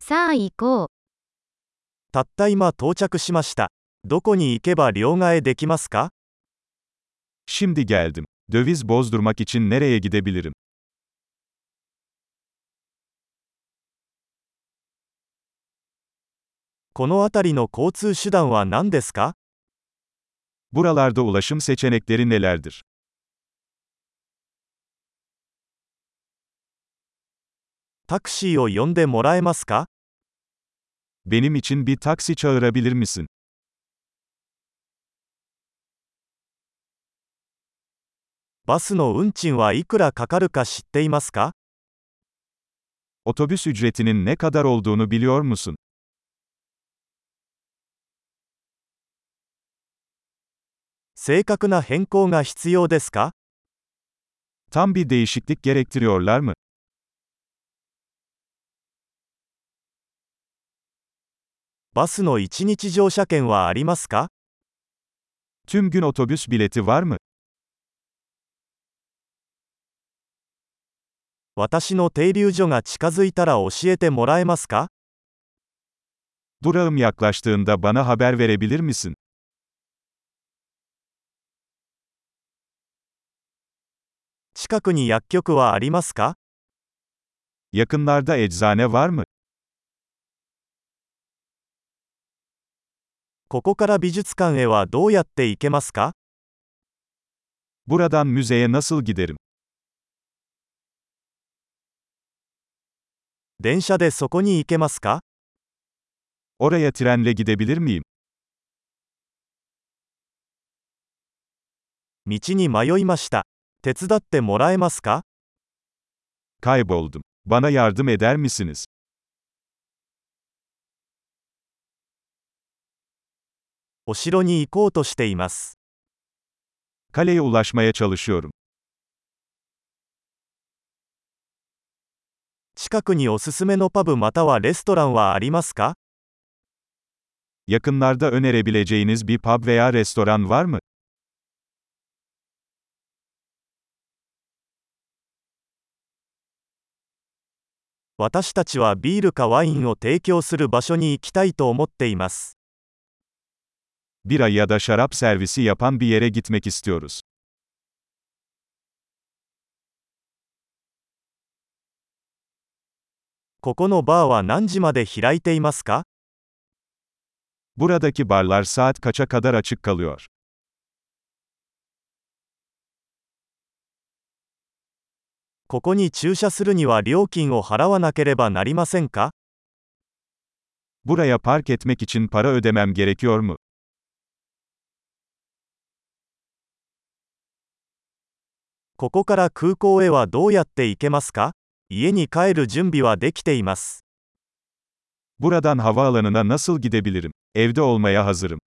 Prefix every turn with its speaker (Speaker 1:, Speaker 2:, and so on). Speaker 1: さあ行こう。
Speaker 2: たった今到着しました。どこに行けば両替できますか
Speaker 3: Şimdi geldim. Döviz bozdurmak için nereye gidebilirim?
Speaker 2: この辺りの交通手段は何ですか
Speaker 3: Buralarda ulaşım seçenekleri nelerdir?
Speaker 2: タクシーを呼んでもらえますか
Speaker 3: Benim için bir taksi çağırabilir misin?
Speaker 2: バスの運賃はいくらかかるか知っていますか
Speaker 3: Otobüs ücretinin ne kadar olduğunu biliyor musun?
Speaker 2: 正確な変更が必要ですか
Speaker 3: Tam bir değişiklik gerektiriyorlar mı?
Speaker 2: バスの1日乗車券はありますか
Speaker 3: Tüm gün otobüs bileti var mı?
Speaker 2: 私の停留所が近づいたら教えてもらえますか
Speaker 3: Durağım yaklaştığında bana haber verebilir misin?
Speaker 2: 近くに薬局はありますか
Speaker 3: Yakınlarda eczane var mı?
Speaker 2: ここから美術館へはどうやって行けますか
Speaker 3: Buradan müzeye nasıl giderim?
Speaker 2: 電車でそこに行けますか
Speaker 3: Oraya trenle gidebilir miyim?
Speaker 2: 道に迷いました。手伝ってもらえますか
Speaker 3: Kayboldum. Bana yardım eder misiniz?
Speaker 2: お城に行こうとしています。
Speaker 3: Kaleye ulaşmaya çalışıyorum.
Speaker 2: 近くにおすすめのパブまたはレストランはありますか
Speaker 3: Yakınlarda önerebileceğiniz bir pub veya restoran var mı?
Speaker 2: 私たちはビールかワインを提供する場所に行きたいと思っています。
Speaker 3: Bira ya da şarap servisi yapan bir yere gitmek istiyoruz.
Speaker 2: ここのバーは何時まで開いていますか
Speaker 3: Buradaki barlar saat kaça kadar açık kalıyor?
Speaker 2: ここに駐車するには料金を払わなければなりませんか
Speaker 3: Buraya park etmek için para ödemem gerekiyor mu?
Speaker 2: ここから空港へはどうやって行けますか家に帰る準備はできています。
Speaker 3: Buradan havaalanına nasıl gidebilirim? Evde olmaya hazırım.